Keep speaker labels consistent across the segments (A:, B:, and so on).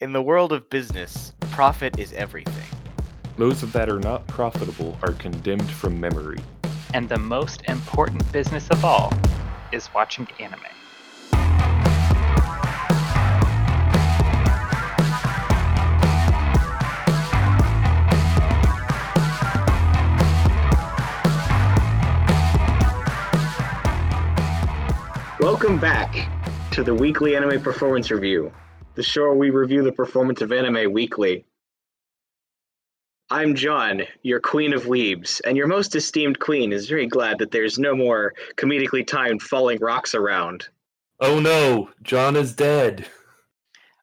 A: In the world of business, profit is everything.
B: Those that are not profitable are condemned from memory.
C: And the most important business of all is watching anime.
D: Welcome back to the weekly anime performance review, the show where we review the performance of anime weekly. I'm John, your queen of weebs, and your most esteemed queen is very glad that there's no more comedically timed falling rocks around.
B: Oh no, John is dead.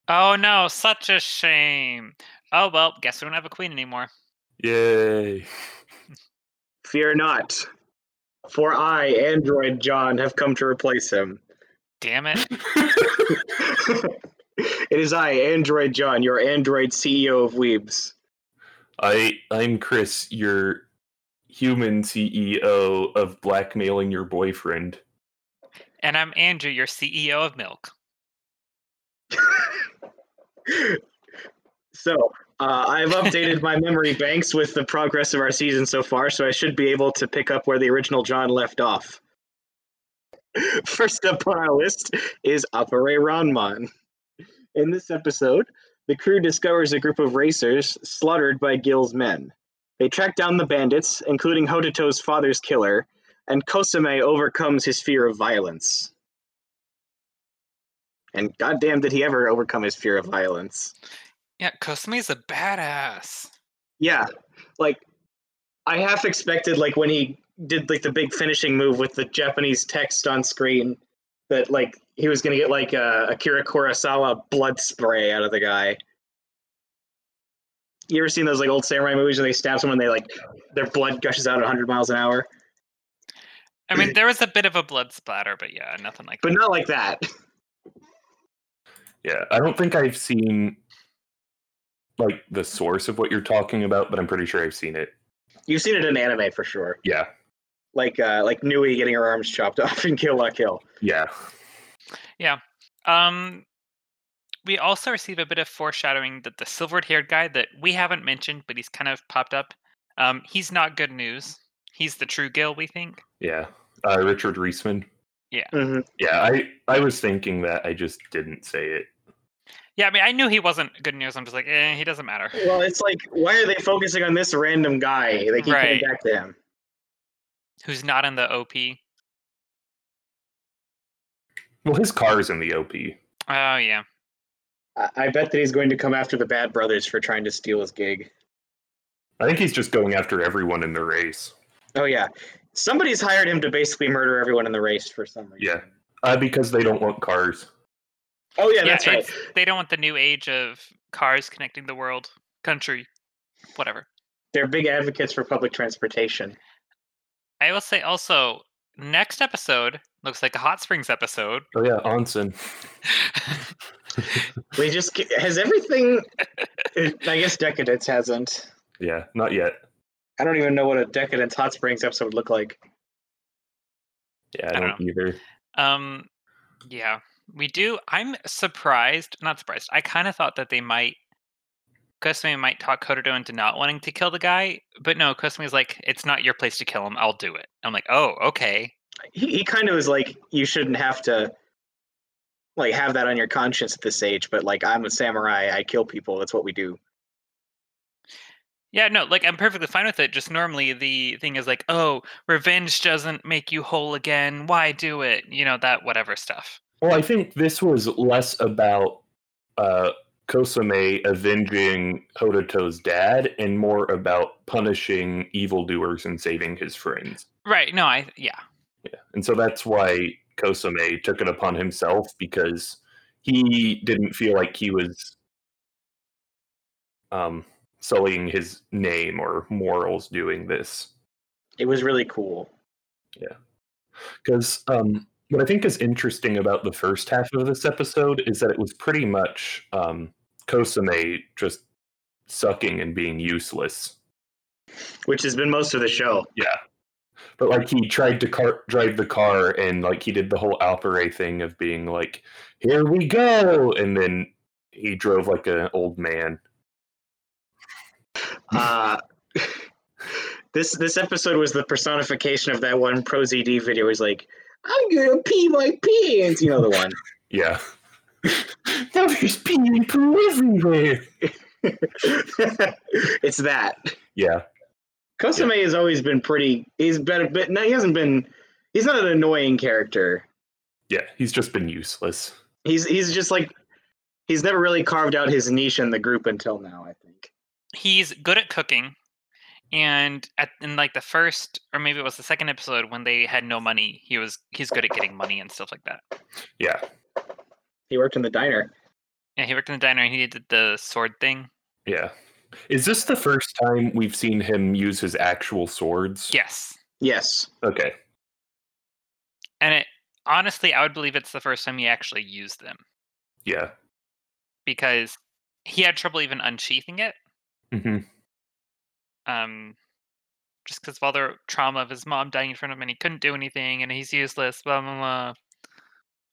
C: Oh no, such a shame. Oh well, guess we don't have a queen anymore.
B: Yay.
D: Fear not, for I, Android John, have come to replace him.
C: Damn it.
D: it is I, Android John, your Android CEO of Weebs.
B: I I'm Chris, your human CEO of blackmailing your boyfriend.
C: And I'm Andrew, your CEO of Milk.
D: so uh, I've updated my memory banks with the progress of our season so far, so I should be able to pick up where the original John left off. First up on our list is Apare Ranman. In this episode, the crew discovers a group of racers slaughtered by Gil's men. They track down the bandits, including Hototo's father's killer, and Kosame overcomes his fear of violence. And goddamn, did he ever overcome his fear of violence?
C: Yeah, Kosume's a badass.
D: Yeah, like I half expected like when he did like the big finishing move with the Japanese text on screen that like he was gonna get like a Akira Kurosawa blood spray out of the guy. You ever seen those like old samurai movies where they stab someone and they like their blood gushes out at 100 miles an hour,
C: I mean, there was a bit of a blood splatter, but yeah, nothing like
D: but
C: that.
D: not like that.
B: Yeah, I don't think I've seen like the source of what you're talking about, but I'm pretty sure I've seen it.
D: You've seen it in anime for sure,
B: Yeah.
D: like uh like Nui getting her arms chopped off in Kill La Kill.
B: Yeah.
C: Um, we also receive a bit of foreshadowing that the silvered-haired guy that we haven't mentioned, but he's kind of popped up. Um, he's not good news. He's the true Gil, we think.
B: Yeah. Uh, Richard Reisman.
D: hmm
B: Yeah, I I was thinking that I just didn't say it.
C: Yeah, I mean, I knew he wasn't good news. I'm just like, eh, he doesn't matter.
D: Well, it's like why are they focusing on this random guy? They keep
C: Right.
D: coming back to him.
C: Who's not in the OP?
B: Well, his car's in the OP.
C: Oh yeah,
D: I-, I bet that he's going to come after the Bad Brothers for trying to steal his gig.
B: I think he's just going after everyone in the race.
D: Oh yeah, somebody's hired him to basically murder everyone in the race for some reason.
B: Yeah. Uh, because they don't want cars.
D: Oh yeah, that's right.
C: it's- They don't want the new age of cars connecting the world, country, whatever.
D: They're big advocates for public transportation.
C: I will say also, next episode looks like a hot springs episode.
B: Oh yeah, Onsen.
D: We just ca- has everything. I guess decadence hasn't.
B: Yeah, not yet.
D: I don't even know what a decadence hot springs episode would look like.
B: Yeah, I
C: I
B: don't either.
C: um, yeah, we do. I'm surprised, not surprised. I kind of thought that they might. Kosume might talk Kododo into not wanting to kill the guy, but no, Kosume's like, it's not your place to kill him. I'll do it. I'm like, oh, okay.
D: He, he kind of is like, you shouldn't have to, like, have that on your conscience at this age. But like, I'm a samurai. I kill people. That's what we do.
C: Yeah, no, like I'm perfectly fine with it. Just normally the thing is like, oh, revenge doesn't make you whole again. Why do it? You know, that whatever stuff.
B: Well, I think this was less about uh Kosame avenging Hodoto's dad and more about punishing evildoers and saving his friends.
C: Right. No, I, yeah.
B: Yeah. And so that's why Kosame took it upon himself because he didn't feel like he was um sullying his name or morals doing this.
D: It was really cool.
B: because um, what I think is interesting about the first half of this episode is that it was pretty much um, Kosame just sucking and being useless.
D: Which has been most of the show.
B: But like he tried to car- drive the car and like he did the whole Alpere thing of being like, "Here we go," and then he drove like an old man.
D: Uh, this this episode was the personification of that one Pro ZD video. He's like, I'm gonna pee my pants. You know the one.
B: Yeah. now there's pee and poo everywhere.
D: it's that.
B: Yeah.
D: Kosame has always been pretty. He's been a bit. No, he hasn't been. He's not an annoying character.
B: Yeah. He's just been useless.
D: He's he's just like he's never really carved out his niche in the group until now. I think.
C: he's good at cooking and at, in like the first or maybe it was the second episode when they had no money he was he's good at getting money and stuff like that
B: Yeah.
D: He worked in the diner.
C: yeah he worked in the diner and he did the sword thing
B: Yeah. Is this the first time we've seen him use his actual swords?
C: yes
D: Yes.
B: Okay.
C: and it honestly i would believe it's the first time he actually used them
B: Yeah.
C: because he had trouble even unsheathing it
B: hmm
C: um just because of all the trauma of his mom dying in front of him and he couldn't do anything and he's useless blah blah blah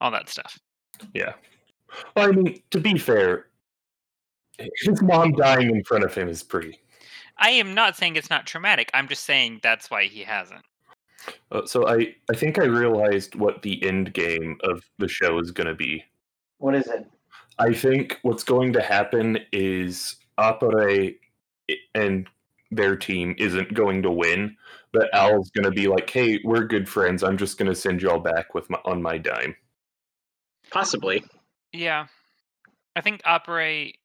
C: all that stuff
B: Yeah. Well, I mean, to be fair, his mom dying in front of him is pretty.
C: i am not saying it's not traumatic i'm just saying that's why he hasn't
B: Uh, so I, I think I realized what the end game of the show is going to be.
D: What is it?
B: I think what's going to happen is Apare i- and their team isn't going to win, but Al's going to be like, "Hey, we're good friends. I'm just going to send y'all back with my on my dime."
D: Possibly.
C: Yeah. I think operate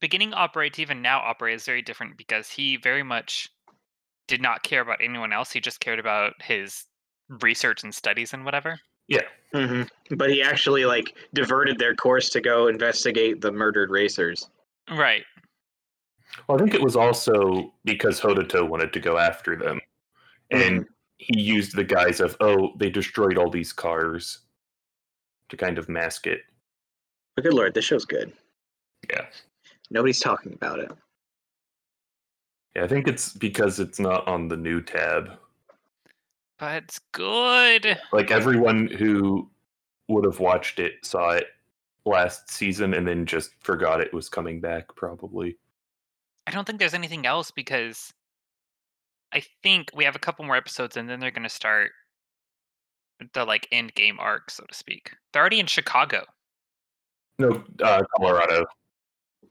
C: beginning operate to even now operate is very different because he very much did not care about anyone else. He just cared about his research and studies and whatever.
D: hmm But he actually like diverted their course to go investigate the murdered racers.
C: Right.
B: Well, I think it was also because Hodoto wanted to go after them, and he used the guise of, "Oh, they destroyed all these cars," to kind of mask it.
D: But good lord, this show's good.
B: Yeah.
D: Nobody's talking about it.
B: Yeah, I think it's because it's not on the new tab.
C: But it's good.
B: like everyone who would have watched it saw it last season and then just forgot it was coming back probably
C: I don't think there's anything else because I think we have a couple more episodes and then they're gonna start the like end game arc, so to speak. They're already in Chicago.
B: no uh colorado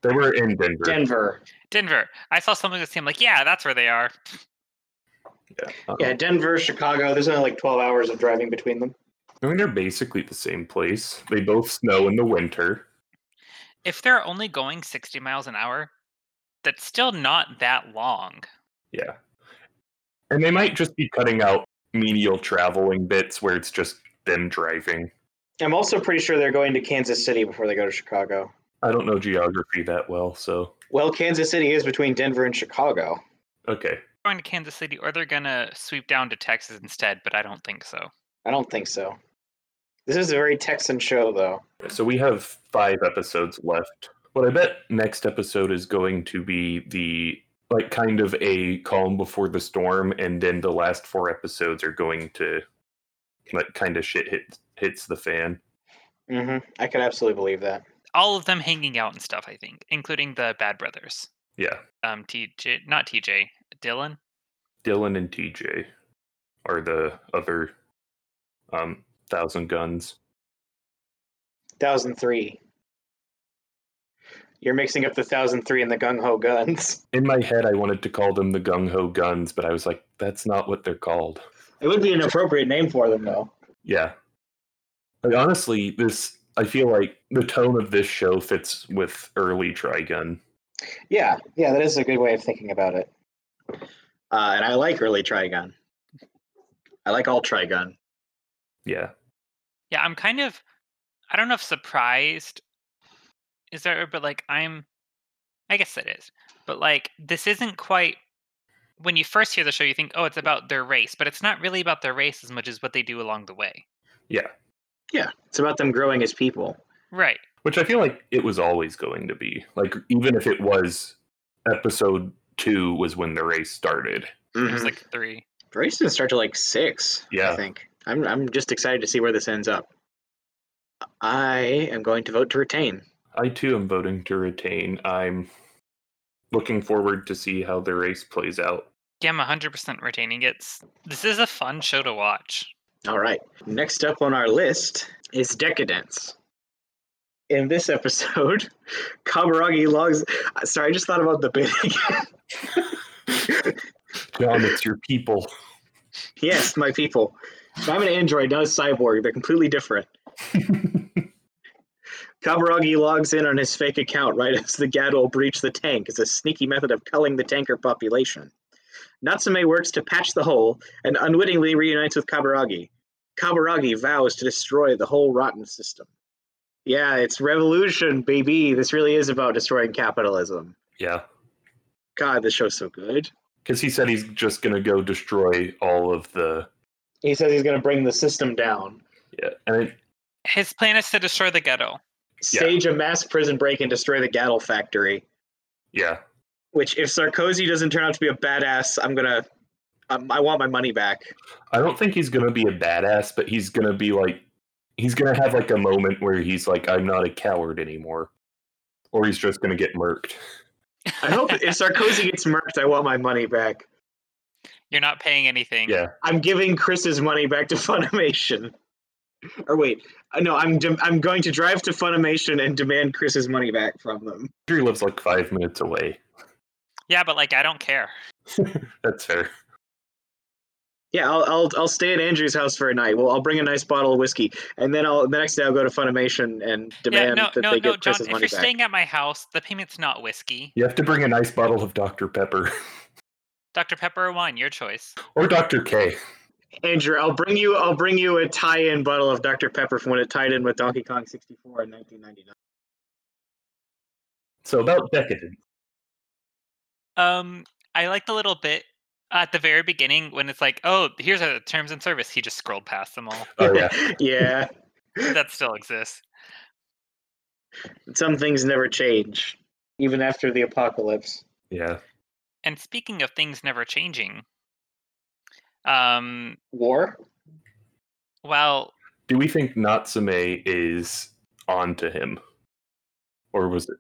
B: they were in denver
D: Denver.
C: Denver. I saw something that seemed like, yeah, that's where they are.
B: Uh,
D: Yeah, Denver, Chicago. There's only like 12 hours of driving between them.
B: i mean they're basically the same place they both snow in the winter
C: if they're only going 60 miles an hour, that's still not that long.
B: yeah and they might just be cutting out menial traveling bits where it's just them driving
D: I'm also pretty sure they're going to Kansas City before they go to Chicago.
B: i don't know geography that well so
D: Well, Kansas City is between Denver and Chicago.
B: okay
C: Going to Kansas City, or they're gonna sweep down to Texas instead, but I don't think so.
D: I don't think so. This is a very Texan show, though.
B: So we have five episodes left. What I bet next episode is going to be the like kind of a calm before the storm, and then the last four episodes are going to like kind of shit hit, hits the fan.
D: hmm I could absolutely believe that.
C: All of them hanging out and stuff, I think, including the Bad Brothers.
B: Yeah,
C: Um, TJ, not TJ, Dylan.
B: Dylan and TJ are the other um thousand guns.
D: 1003. You're mixing up the 1003 and the Gung Ho Guns.
B: In my head, I wanted to call them the Gung Ho Guns, but I was like, that's not what they're called.
D: It would be an appropriate name for them, though.
B: Yeah. Like honestly, this I feel like the tone of this show fits with early Trigun.
D: Yeah, yeah, that is a good way of thinking about it. Uh, and I like early Trigun. I like all Trigun.
B: Yeah.
C: Yeah, I'm kind of, I don't know if surprised is there, but like I'm, I guess it is, but like this isn't quite. When you first hear the show, you think, oh,
D: Mm.
C: it's about their race, but it's not really about their race as much as what they do along the way.
B: Yeah.
D: Yeah, it's about them growing as people.
C: Right.
B: Which I feel like it was always going to be. Like even if it was episode 2 was when the race started.
C: It
D: Mm-hmm.
C: was like three.
D: The race didn't start till like six. I
B: Yeah.
D: think I'm. I'm just excited to see where this ends up. I am going to vote to retain.
B: I too am voting to retain. I'm looking forward to see how the race plays out.
C: Yeah, I'm 100% retaining it. This is a fun show to watch.
D: All right. Next up on our list is Decadence. In this episode, Kaburagi logs. Sorry, I just thought about the bit again.
B: John, it's your people.
D: yes, my people. I'm an android, not a cyborg. They're completely different. Kaburagi logs in on his fake account right as the Gadol breach the tank as a sneaky method of culling the tanker population. Natsume works to patch the hole and unwittingly reunites with Kaburagi. Kaburagi vows to destroy the whole rotten system. Yeah, it's revolution, baby. This really is about destroying capitalism.
B: Yeah.
D: God, this show's so good.
B: Because he said he's just going to go destroy all of the.
D: He says he's going to bring the system down,
B: Yeah. And it,
C: His plan is to destroy the ghetto.
D: stage a mass prison break, and destroy the Gadol factory.
B: yeah.
D: Which, if Sarkozy doesn't turn out to be a badass, I'm gonna. Um, I want my money back.
B: I don't think he's going to be a badass, but he's going to be like. He's going to have like a moment where he's like, I'm not a coward anymore. Or he's just going to get murked.
D: I hope if Sarkozy gets murked, I want my money back.
C: You're not paying anything.
B: Yeah.
D: I'm giving Chris's money back to Funimation. Or wait, uh, no, I'm dem- I'm going to drive to Funimation and demand Chris's money back from them.
B: Drew lives like five minutes away.
C: Yeah, but like I don't care.
B: That's fair.
D: Yeah, I'll I'll, I'll stay at Andrew's house for a night. Well, I'll bring a nice bottle of whiskey, and then I'll the next day I'll go to Funimation and
C: Yeah,
D: demand
C: no,
D: that
C: no,
D: they
C: no,
D: give
C: John.
D: Chris's
C: If you're
D: money back.
C: staying at my house, the payment's not whiskey.
B: You have to bring a nice bottle of Dr. Pepper
C: Dr. Pepper or wine, your choice.
B: or Dr. K.
D: Andrew, I'll bring you I'll bring you a tie-in bottle of Dr Pepper from when it tied in with Donkey Kong 64 in 1999.
B: So about decadence.
C: Um, I like the little bit at the very beginning when it's like, oh, here's our terms and service. He just scrolled past them all.
B: Oh, yeah.
D: yeah,
C: that still exists.
D: some things never change, even after the apocalypse.
B: yeah.
C: And speaking of things never changing, um,
D: War.
C: well,
B: Do we think Natsume is on to him? Or was it?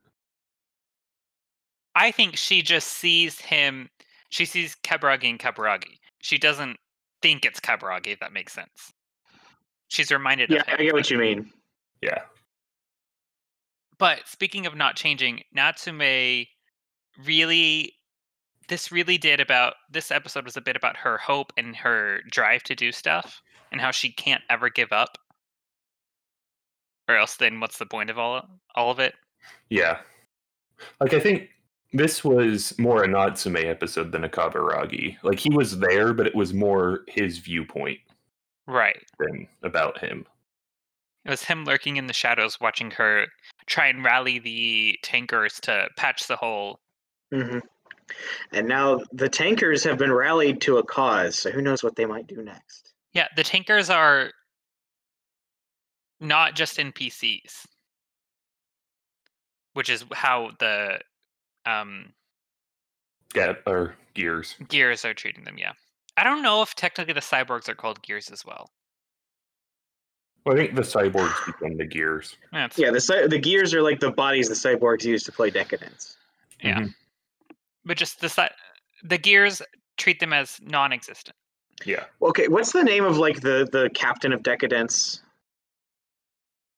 C: I think she just sees him. She sees Kaburagi and Kaburagi. She doesn't think it's Kaburagi. If that makes sense. She's reminded
D: Yeah,
C: of him.
D: I get what you mean.
B: Yeah.
C: But speaking of not changing, Natsume really this really did about this episode was a bit about her hope and her drive to do stuff and how she can't ever give up. Or else then what's the point of all all of it?
B: Yeah. Like, I think this was more a Natsume episode than a Kaburagi. Like, he was there, but it was more his viewpoint
C: Right.
B: than about him.
C: It was him lurking in the shadows watching her try and rally the tankers to patch the hole.
D: hmm And now the tankers have been rallied to a cause, so who knows what they might do next?
C: Yeah, the tankers are not just NPCs, which is how the um,
B: Yeah. Or Gears.
C: gears are treating them. Yeah, I don't know if technically the cyborgs are called gears as well.
B: Well, I think the cyborgs become the Gears.
C: That's,
D: Yeah, the cy- the gears are like the bodies the cyborgs use to play Decadence.
C: Yeah.
B: Mhm.
C: but just the cy- the gears treat them as non-existent.
B: Mm-hmm. Yeah.
D: Okay, what's the name of like the the captain of Decadence?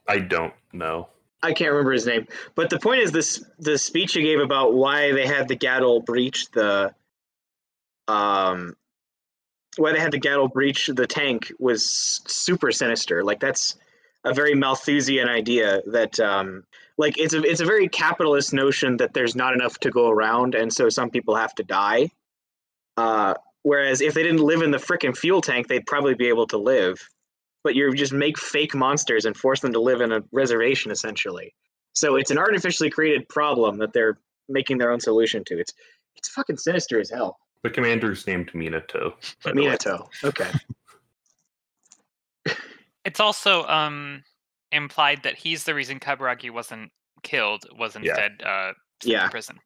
B: I don't know.
D: I can't remember his name, but the point is this: the speech he gave about why they had the Gadol breach the, um, why they had the Gadol breach the tank was s- super sinister. Like that's a very Malthusian idea that, um, like it's a it's a very capitalist notion that there's not enough to go around, and so some people have to die. Uh, whereas if they didn't live in the frickin' fuel tank, they'd probably be able to live but you just make fake monsters and force them to live in a reservation essentially. So it's an artificially created problem that they're making their own solution to. It's it's fucking sinister as hell.
B: The commander's named Minato. by the way.
D: Minato. Okay.
C: It's also um, implied that he's the reason Kaburagi wasn't killed, was
B: Yeah.
C: instead uh, sent
D: Yeah.
C: to prison,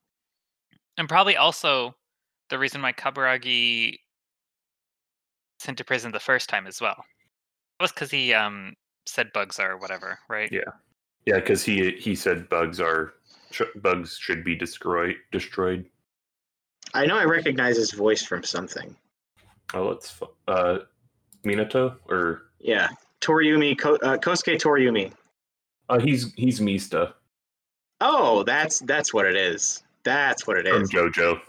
C: and probably also the reason why Kaburagi sent to prison the first time as well. That was because he um, said bugs are whatever, right?
B: Yeah. Yeah, because he he said bugs are sh- bugs should be destroyed. Destroyed.
D: I know I recognize his voice from something.
B: Oh, let's fu- uh, Minato or
D: Yeah, Toriumi Ko- uh, Kosuke Toriumi.
B: uh, he's he's Mista
D: Oh, that's that's what it is. That's what it
B: from
D: is.
B: JoJo.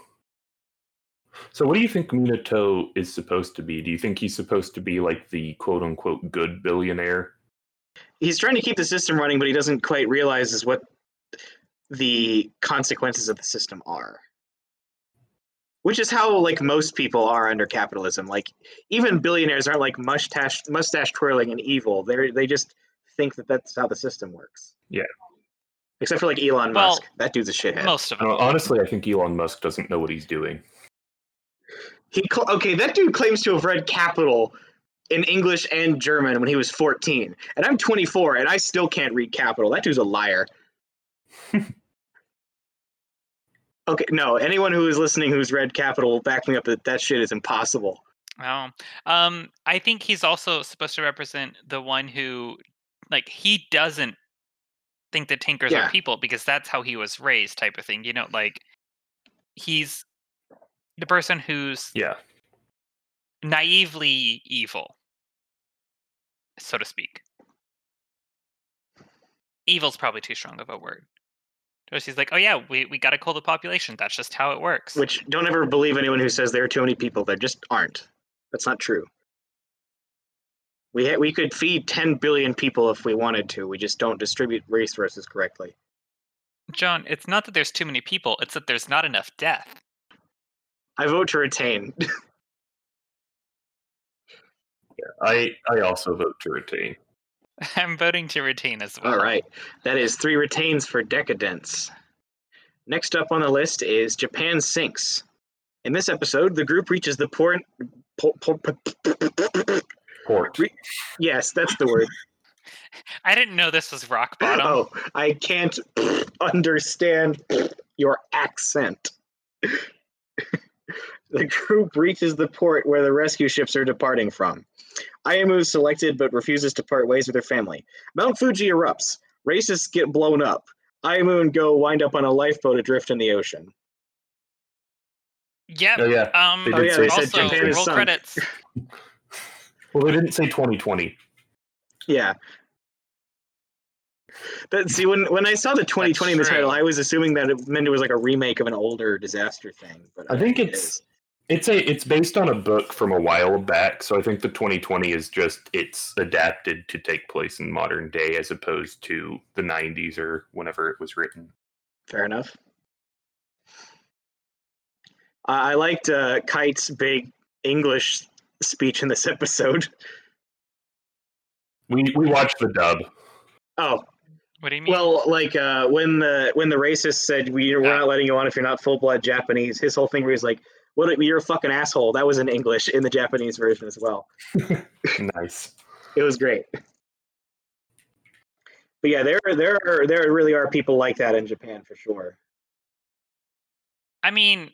B: So, what do you think Minato is supposed to be? Do you think he's supposed to be like the quote unquote good billionaire?
D: He's trying to keep the system running, but he doesn't quite realize is what the consequences of the system are. Which is how like most people are under capitalism. Like even billionaires aren't like mustache mustache twirling and evil. They they just think that that's how the system works.
B: Yeah.
D: Except for like Elon
C: Well,
D: Musk. That dude's a shithead.
C: Most of them.
B: Uh, honestly, I think Elon Musk doesn't know what he's doing.
D: He cl- okay, that dude claims to have read Capital in English and German when he was 14, and I'm 24, and I still can't read Capital. That dude's a liar. okay, no, anyone who is listening who's read Capital will back me up that that shit is impossible.
C: Oh, um, I think he's also supposed to represent the one who, like, he doesn't think that tinkers
D: Yeah.
C: are people because that's how he was raised, type of thing. You know, like, he's the person who's
B: Yeah,
C: naively evil, so to speak. Evil's probably too strong of a word. Or she's like, oh yeah, we, we got to kill the population. That's just how it works.
D: Which don't ever believe anyone who says there are too many people. There just aren't. That's not true. We ha- we could feed 10 billion people if we wanted to. We just don't distribute resources correctly.
C: John, it's not that there's too many people, it's that there's not enough death.
D: I vote to retain.
B: I I also vote to retain.
C: I'm voting to retain as well.
D: All right. That is three retains for decadence. Next up on the list is Japan Sinks. In this episode, the group reaches the port. po- po- po- po- po- po- po- po-
B: Port.
D: Re- Yes, that's the word.
C: I didn't know this was rock bottom.
D: Oh, I can't understand your accent. the group reaches the port where the rescue ships are departing from. Ayamu is selected but refuses to part ways with her family. Mount Fuji erupts. Racists get blown up. Ayamu and Go wind up on a lifeboat adrift in the ocean.
C: Yep.
B: Oh, yeah.
C: Um,
B: They
D: Oh,
B: did
D: yeah, they
B: say
C: also,
D: said Japan is
C: roll
D: sunk.
C: credits.
B: Well, they didn't say 2020.
D: Yeah. But see, when, when I saw the 2020 in the title,
C: true.
D: I was assuming that it meant it was like a remake of an older disaster thing. But
B: I think
D: don't it
B: it's-
D: is.
B: It's a it's based on a book from a while back, so I think the 2020 is just it's adapted to take place in modern day as opposed to the 90s or whenever it was written.
D: Fair enough. I I liked uh, Kite's big English speech in this episode.
B: We we watched the dub.
D: Oh
C: What do you mean?
D: well, like uh, when the when the racist said we, we're
C: Yeah.
D: not letting you on if you're not full blood Japanese. His whole thing where he's like, "What? You're a fucking asshole." That was in English in the Japanese version as well.
B: Nice.
D: It was great. But yeah, there there are, there really are people like that in Japan for sure.
C: I mean,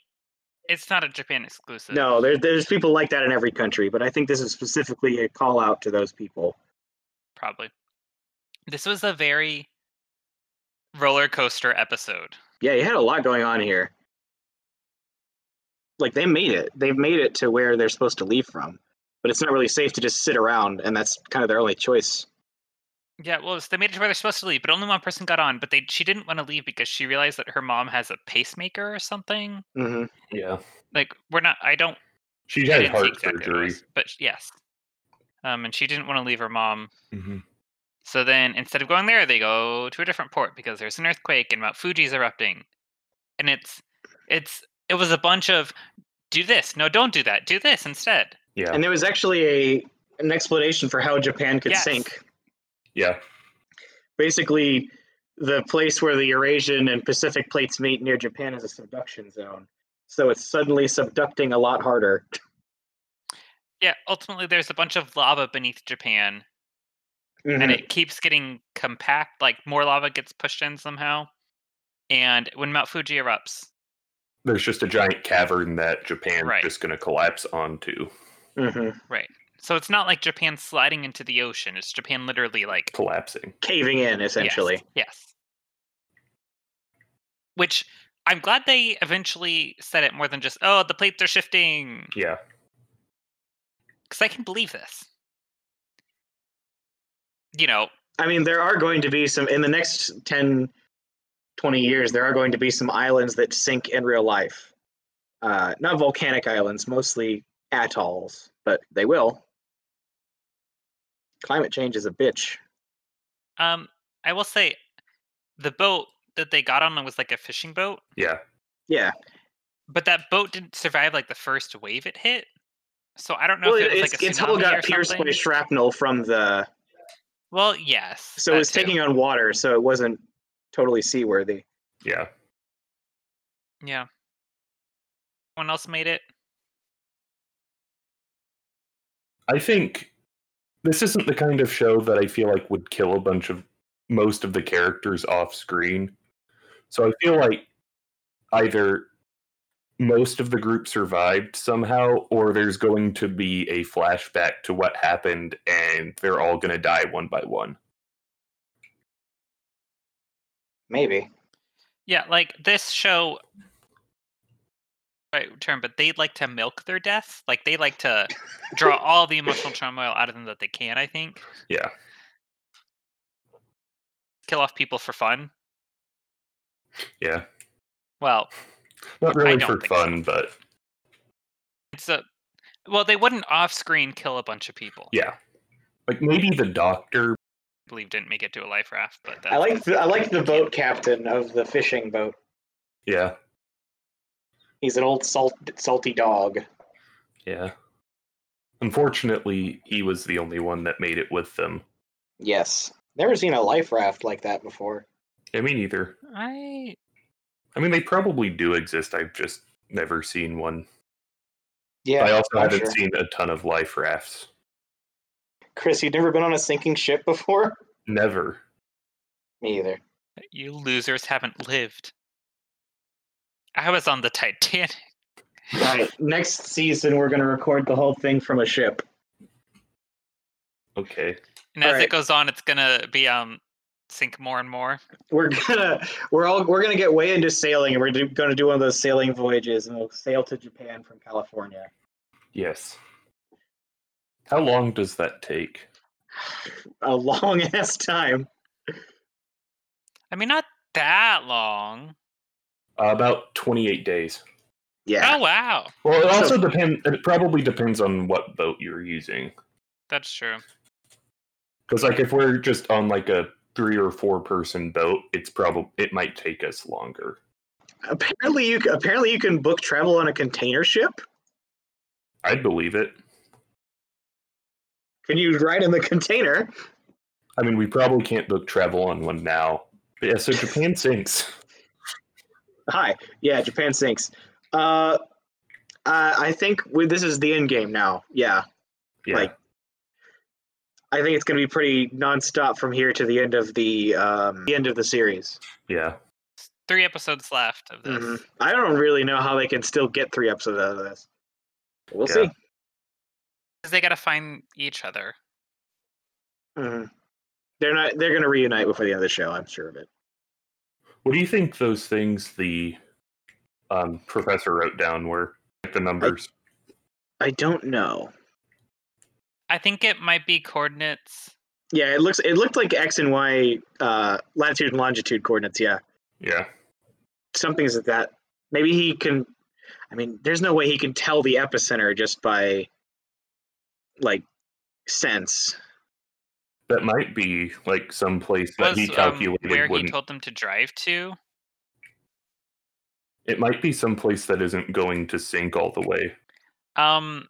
C: it's not a Japan exclusive.
D: No, there, there's people like that in every country, but I think this is specifically a call out to those people.
C: Probably. This was a very roller coaster episode.
D: yeah, you had a lot going on here. Like they made it. They've made it to where they're supposed to leave from. But it's not really safe to just sit around and that's kind of their only choice.
C: Yeah, well, it's- they made it to where they're supposed to leave, but only one person got on. But they she didn't want to leave because she realized that her mom has a pacemaker or something.
D: Mm-hmm.
B: Yeah.
C: Like we're not. I don't.
B: She
C: I
B: had
C: didn't see
B: heart
C: exactly what it
B: surgery.
C: was, but yes. Um, and she didn't want to leave her mom So then instead of going there, they go to a different port because there's an earthquake and Mount Fuji's erupting. And it's it's it was a bunch of do this, no don't do that, do this instead.
B: Yeah.
D: And there was actually a an explanation for how Japan could
C: Yes.
D: sink.
B: yeah.
D: Basically, the place where the Eurasian and Pacific plates meet near Japan is a subduction zone. So it's suddenly subducting a lot harder.
C: Yeah, ultimately there's a bunch of lava beneath Japan and
D: Mhm.
C: it keeps getting compact, like more lava gets pushed in somehow. And when Mount Fuji erupts,
B: There's just a giant cavern that Japan's
C: Right.
B: just going to collapse onto.
D: Mhm.
C: right. So it's not like Japan sliding into the ocean. It's Japan literally like
B: collapsing.
D: Caving in, essentially.
C: Yes, yes. Which I'm glad they eventually said it more than just, oh, the plates are shifting.
B: Yeah.
C: Because I can believe this. You know,
D: I mean, there are going to be some, in the next 10, 20 years, there are going to be some islands that sink in real life. Uh, not volcanic islands, mostly atolls, but they will. Climate change is a bitch.
C: um, I will say the boat that they got on was like a fishing boat,
B: Yeah.
D: Yeah.
C: but that boat didn't survive like the first wave it hit. So I don't know
D: Well,
C: if it was
D: it's,
C: like a
D: its hull
C: tsunami or
D: got pierced by
C: something.
D: shrapnel from the.
C: Well, yes.
D: So
C: that
D: it was
C: too.
D: taking on water, so it wasn't totally seaworthy.
B: Yeah.
C: Yeah. Someone else made it.
B: I think this isn't the kind of show that I feel like would kill a bunch of most of the characters off screen. So I feel like either most of the group survived somehow, or there's going to be a flashback to what happened and they're all going to die one by one.
D: Maybe.
C: Yeah, like this show. Right term, but they like to milk their death. Like they like to draw all the emotional turmoil out of them that they can. I think
B: Yeah.
C: kill off people for fun.
B: Yeah.
C: Well,
B: Not really
C: don't
B: for
C: think so.
B: fun, but
C: it's a well. They wouldn't off-screen kill a bunch of people.
B: yeah. Like maybe the doctor.
C: I believe didn't make it to a life raft, but that's,
D: I like the I like the boat captain of the fishing boat.
B: Yeah.
D: He's an old salt salty dog.
B: Yeah. Unfortunately, he was the only one that made it with them.
D: Yes. Never seen a life raft like that before.
B: I mean, either.
C: I
B: I mean, they probably do exist. I've just never seen one.
D: Yeah.
B: I also
D: I'm
B: haven't
D: sure.
B: seen a ton of life rafts.
D: Chris, you've never been on a sinking ship before?
B: Never.
D: Me either.
C: you losers haven't lived. I was on the Titanic.
D: All right. Next season, we're going to record the whole thing from a ship.
B: Okay.
C: And as
D: Alright.
C: it goes on, it's gonna be um sink more and more.
D: We're gonna we're all we're gonna get way into sailing, and we're do, gonna do one of those sailing voyages, and we'll sail to Japan from California.
B: Yes. How long does that take?
D: A long ass time.
C: I mean, not that long.
B: Uh, about 28 days.
D: Yeah.
C: Oh wow,
B: Well, it
D: So-
B: also depends. It probably depends on what boat you're using.
C: that's true.
B: Because, like, if we're just on like a three or four person boat, it's probably it might take us longer.
D: Apparently, you c- apparently you can book travel on a container ship.
B: I'd believe it.
D: Can you ride in the container?
B: I mean, we probably can't book travel on one now. But yeah, so Japan sinks.
D: Hi. Yeah, Japan sinks. Uh, uh, I think we, this is the end game now. Yeah,
B: Yeah.
D: Like- I think it's going to be pretty nonstop from here to the end of the um, the end of the series.
B: yeah.
C: Three episodes left of
B: Mm-hmm.
C: this.
D: Mhm. I don't really know how they can still get three episodes out of this. We'll
B: Yeah.
D: see.
C: 'Cause they gotta find each other.
D: Mhm. They're not. They're going to reunite before the end of the show. I'm sure of it.
B: What do you think those things the um, professor wrote down were? Like the numbers.
D: I don't know.
C: I think it might be coordinates.
D: Yeah, it looks. It looked like X and Y uh, latitude and longitude coordinates. Yeah.
B: yeah.
D: something's like that. Maybe he can. I mean, there's no way he can tell the epicenter just by like sense.
B: That might be like some place that
C: Was
B: he
C: um,
B: calculated
C: where he
B: wouldn't.
C: told them to drive to.
B: it might be some place that isn't going to sink all the way.
C: Um,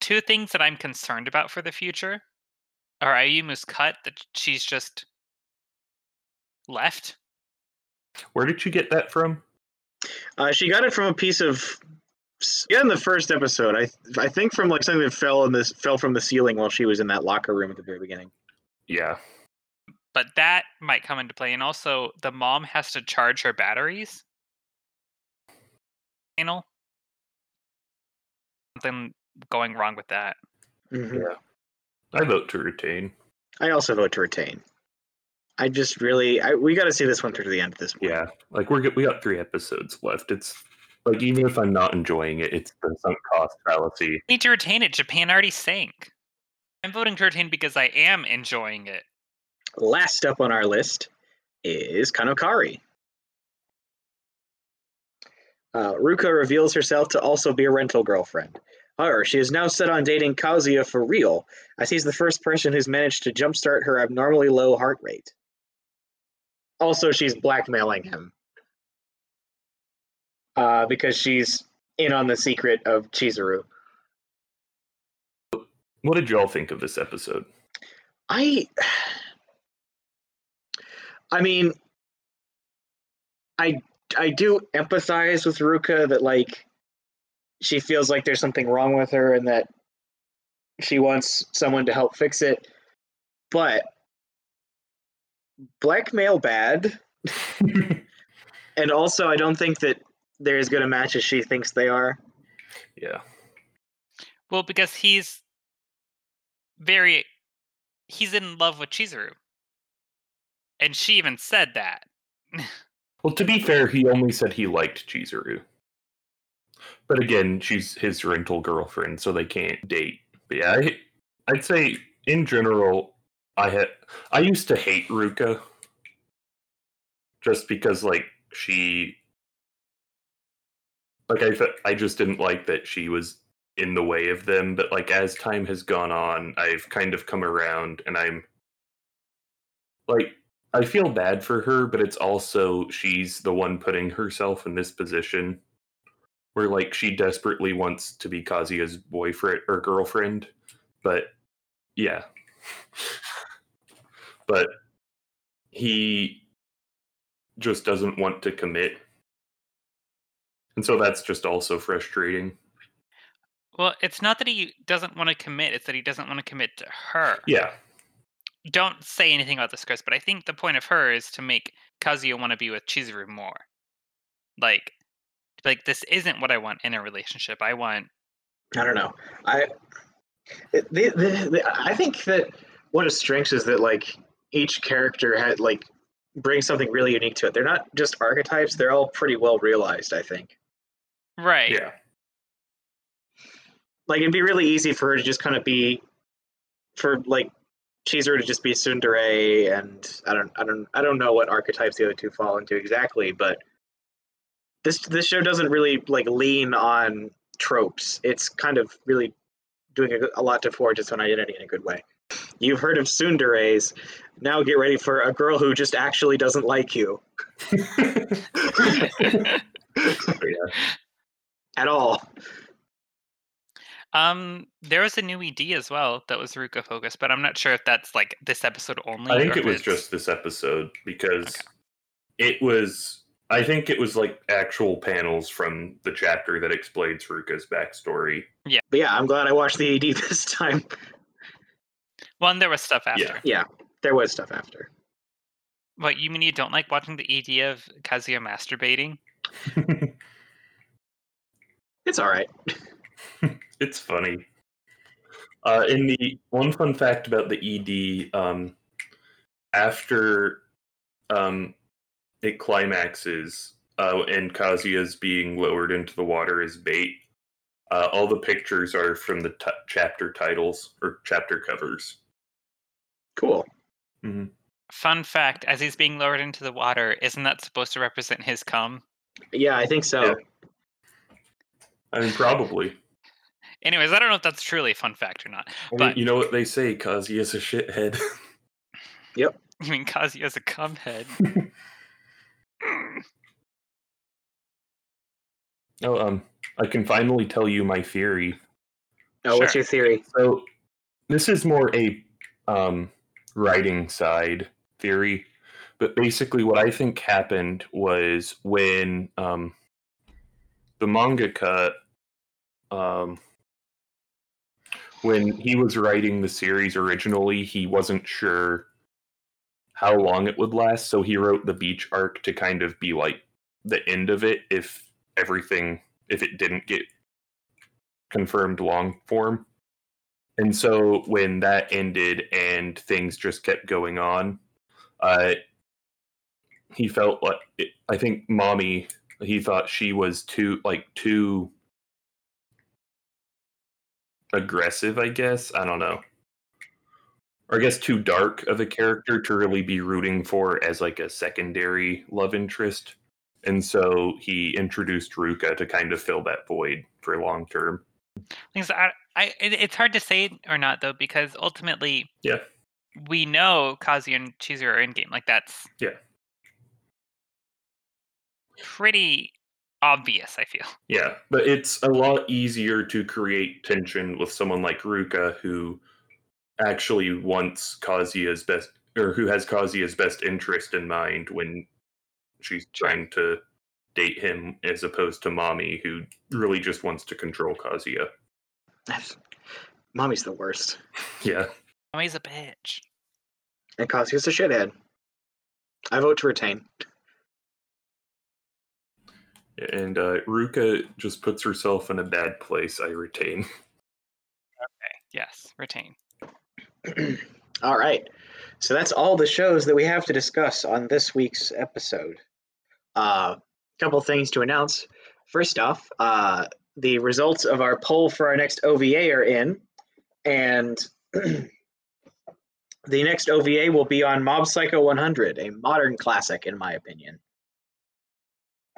C: two things that I'm concerned about for the future are Ayumu's cut that she's just left.
B: Where did you get that from?
D: Uh, she got it from a piece of yeah in the first episode. I I think from like something that fell in this fell from the ceiling while she was in that locker room at the very beginning.
B: Yeah.
C: But that might come into play, and also the mom has to charge her batteries. Panel. Something going wrong with that.
D: Mhm.
B: I vote to retain.
D: I also vote to retain. I just really, I, we got to see this one through to the end at this point.
B: Yeah, like we're good. We got three episodes left. It's like even if I'm not enjoying it, it's the sunk cost fallacy.
C: Need to retain it. Japan already sank. I'm voting to retain because I am enjoying it.
D: Last up on our list is Kanokari. Uh, Ruka reveals herself to also be a rental girlfriend. However, she is now set on dating Kazuya for real, as he's the first person who's managed to jumpstart her abnormally low heart rate. Also, she's blackmailing him uh, because she's in on the secret of Chizuru.
B: What did y'all think of this episode?
D: I I mean I I do empathize with Ruka that like she feels like there's something wrong with her and that she wants someone to help fix it. But blackmail bad and also I don't think that they're as good a match as she thinks they are.
B: yeah,
C: Well, because he's very he's in love with Chizuru. And she even said that.
B: Well, to be fair, he only said he liked Chizuru. But again, she's his rental girlfriend, so they can't date. But yeah, I, I'd say in general, I had I used to hate Ruka just because like she like I fe- I just didn't like that she was in the way of them. But like as time has gone on, I've kind of come around, and I'm like I feel bad for her, but it's also she's the one putting herself in this position where like she desperately wants to be Kazuya's boyfriend or girlfriend, but yeah. but he just doesn't want to commit. And so that's just also frustrating.
C: Well, it's not that he doesn't want to commit, it's that he doesn't want to commit to her.
B: Yeah.
C: Don't say anything about this, Chris, but I think the point of her is to make Kazuya want to be with Chizuru more. Like like this isn't what I want in a relationship. I want
D: I don't know. I the, the, the, I think that one of the strengths is that like each character had like brings something really unique to it. They're not just archetypes; they're all pretty well realized. I think.
C: right.
B: Yeah.
D: Like it'd be really easy for her to just kind of be, for like Chizuru to just be Sundere, and I don't, I don't, I don't know what archetypes the other two fall into exactly, but this this show doesn't really like lean on tropes. It's kind of really doing a, a lot to forge its own identity in a good way. You've heard of Sundares. Now get ready for a girl who just actually doesn't like you at all.
C: Um, there was a new ED as well that was Ruka focused, but I'm not sure if that's like this episode only.
B: I
C: or
B: think it
C: if
B: was
C: it's-
B: just this episode because it was. I think it was like actual panels from the chapter that explains Ruka's backstory.
D: But yeah, I'm glad I watched the AD this time.
C: Well, and there was stuff after.
B: Yeah.
D: There was stuff after.
C: What you mean you don't like watching the ED of Kazuya masturbating?
D: It's all right.
B: It's funny. Uh, in the one fun fact about the ED, um, after um, it climaxes uh, and Kazuya's being lowered into the water as bait, uh, all the pictures are from the t- chapter titles or chapter covers.
D: Cool.
C: Fun fact: as he's being lowered into the water, isn't that supposed to represent his cum?
D: Yeah, I think so.
B: Yeah. I mean, probably.
C: Anyways, I don't know if that's truly a fun fact or not.
B: I mean,
C: But-
B: you know what they say, Kazuya's a shithead.
C: You mean Kazuya's a cum head? Mm.
B: oh, um, I can finally tell you my theory.
D: Oh, what's
C: Sure.
D: your theory?
B: So this is more a um, writing side theory, but basically what I think happened was when um, the mangaka, um, when he was writing the series originally, he wasn't sure how long it would last, so he wrote the beach arc to kind of be like the end of it if everything if it didn't get confirmed long form And so when that ended and things just kept going on, uh, he felt like I think mommy. He thought she was too like too aggressive. I guess I don't know. Or I guess too dark of a character to really be rooting for as like a secondary love interest. And so he introduced Ruka to kind of fill that void for long term.
C: Things I, I it, it's hard to say or not though because ultimately
B: Yeah.
C: we know Kazuya and Chizuru are in game like that's
B: Yeah.
C: pretty obvious I feel
B: Yeah, but it's a lot easier to create tension with someone like Ruka who actually wants Kazuya's best or who has Kazuya's best interest in mind when she's trying to date him as opposed to Mommy who really just wants to control Kazuya.
D: Mommy's the worst.
B: Yeah.
C: oh, he's a bitch
D: And Kazuya's a shithead. I vote to retain.
B: And uh, Ruka just puts herself in a bad place, I retain.
C: yes retain
D: all right. So that's all the shows that we have to discuss on this week's episode. A uh, couple things to announce. First off, uh, the results of our poll for our next OVA are in, and the next OVA will be on Mob Psycho 100, a modern classic, in my opinion.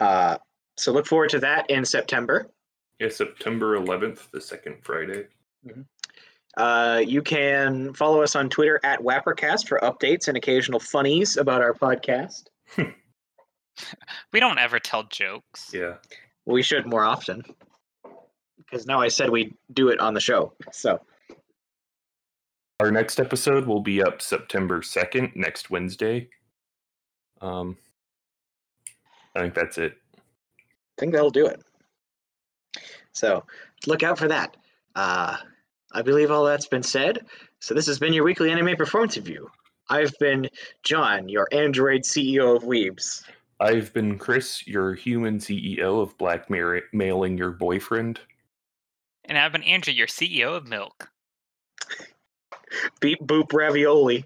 D: Uh, so look forward to that in September.
B: Yeah, September 11th, the second Friday.
D: Uh, you can follow us on Twitter at Wappercast for updates and occasional funnies about our podcast.
C: we don't ever tell jokes
B: Yeah.
D: We should more often because now I said we do it on the show. So
B: our next episode will be up September 2nd, next Wednesday. Um, I think that's it.
D: I think that'll do it. So look out for that. Uh, I believe all that's been said. So this has been your weekly anime performance review. I've been John, your Android CEO of Weebs.
B: I've been Chris, your human CEO of Blackmailing Your Boyfriend.
C: E and I've been Andrew your CEO of Milk
D: Beep boop ravioli.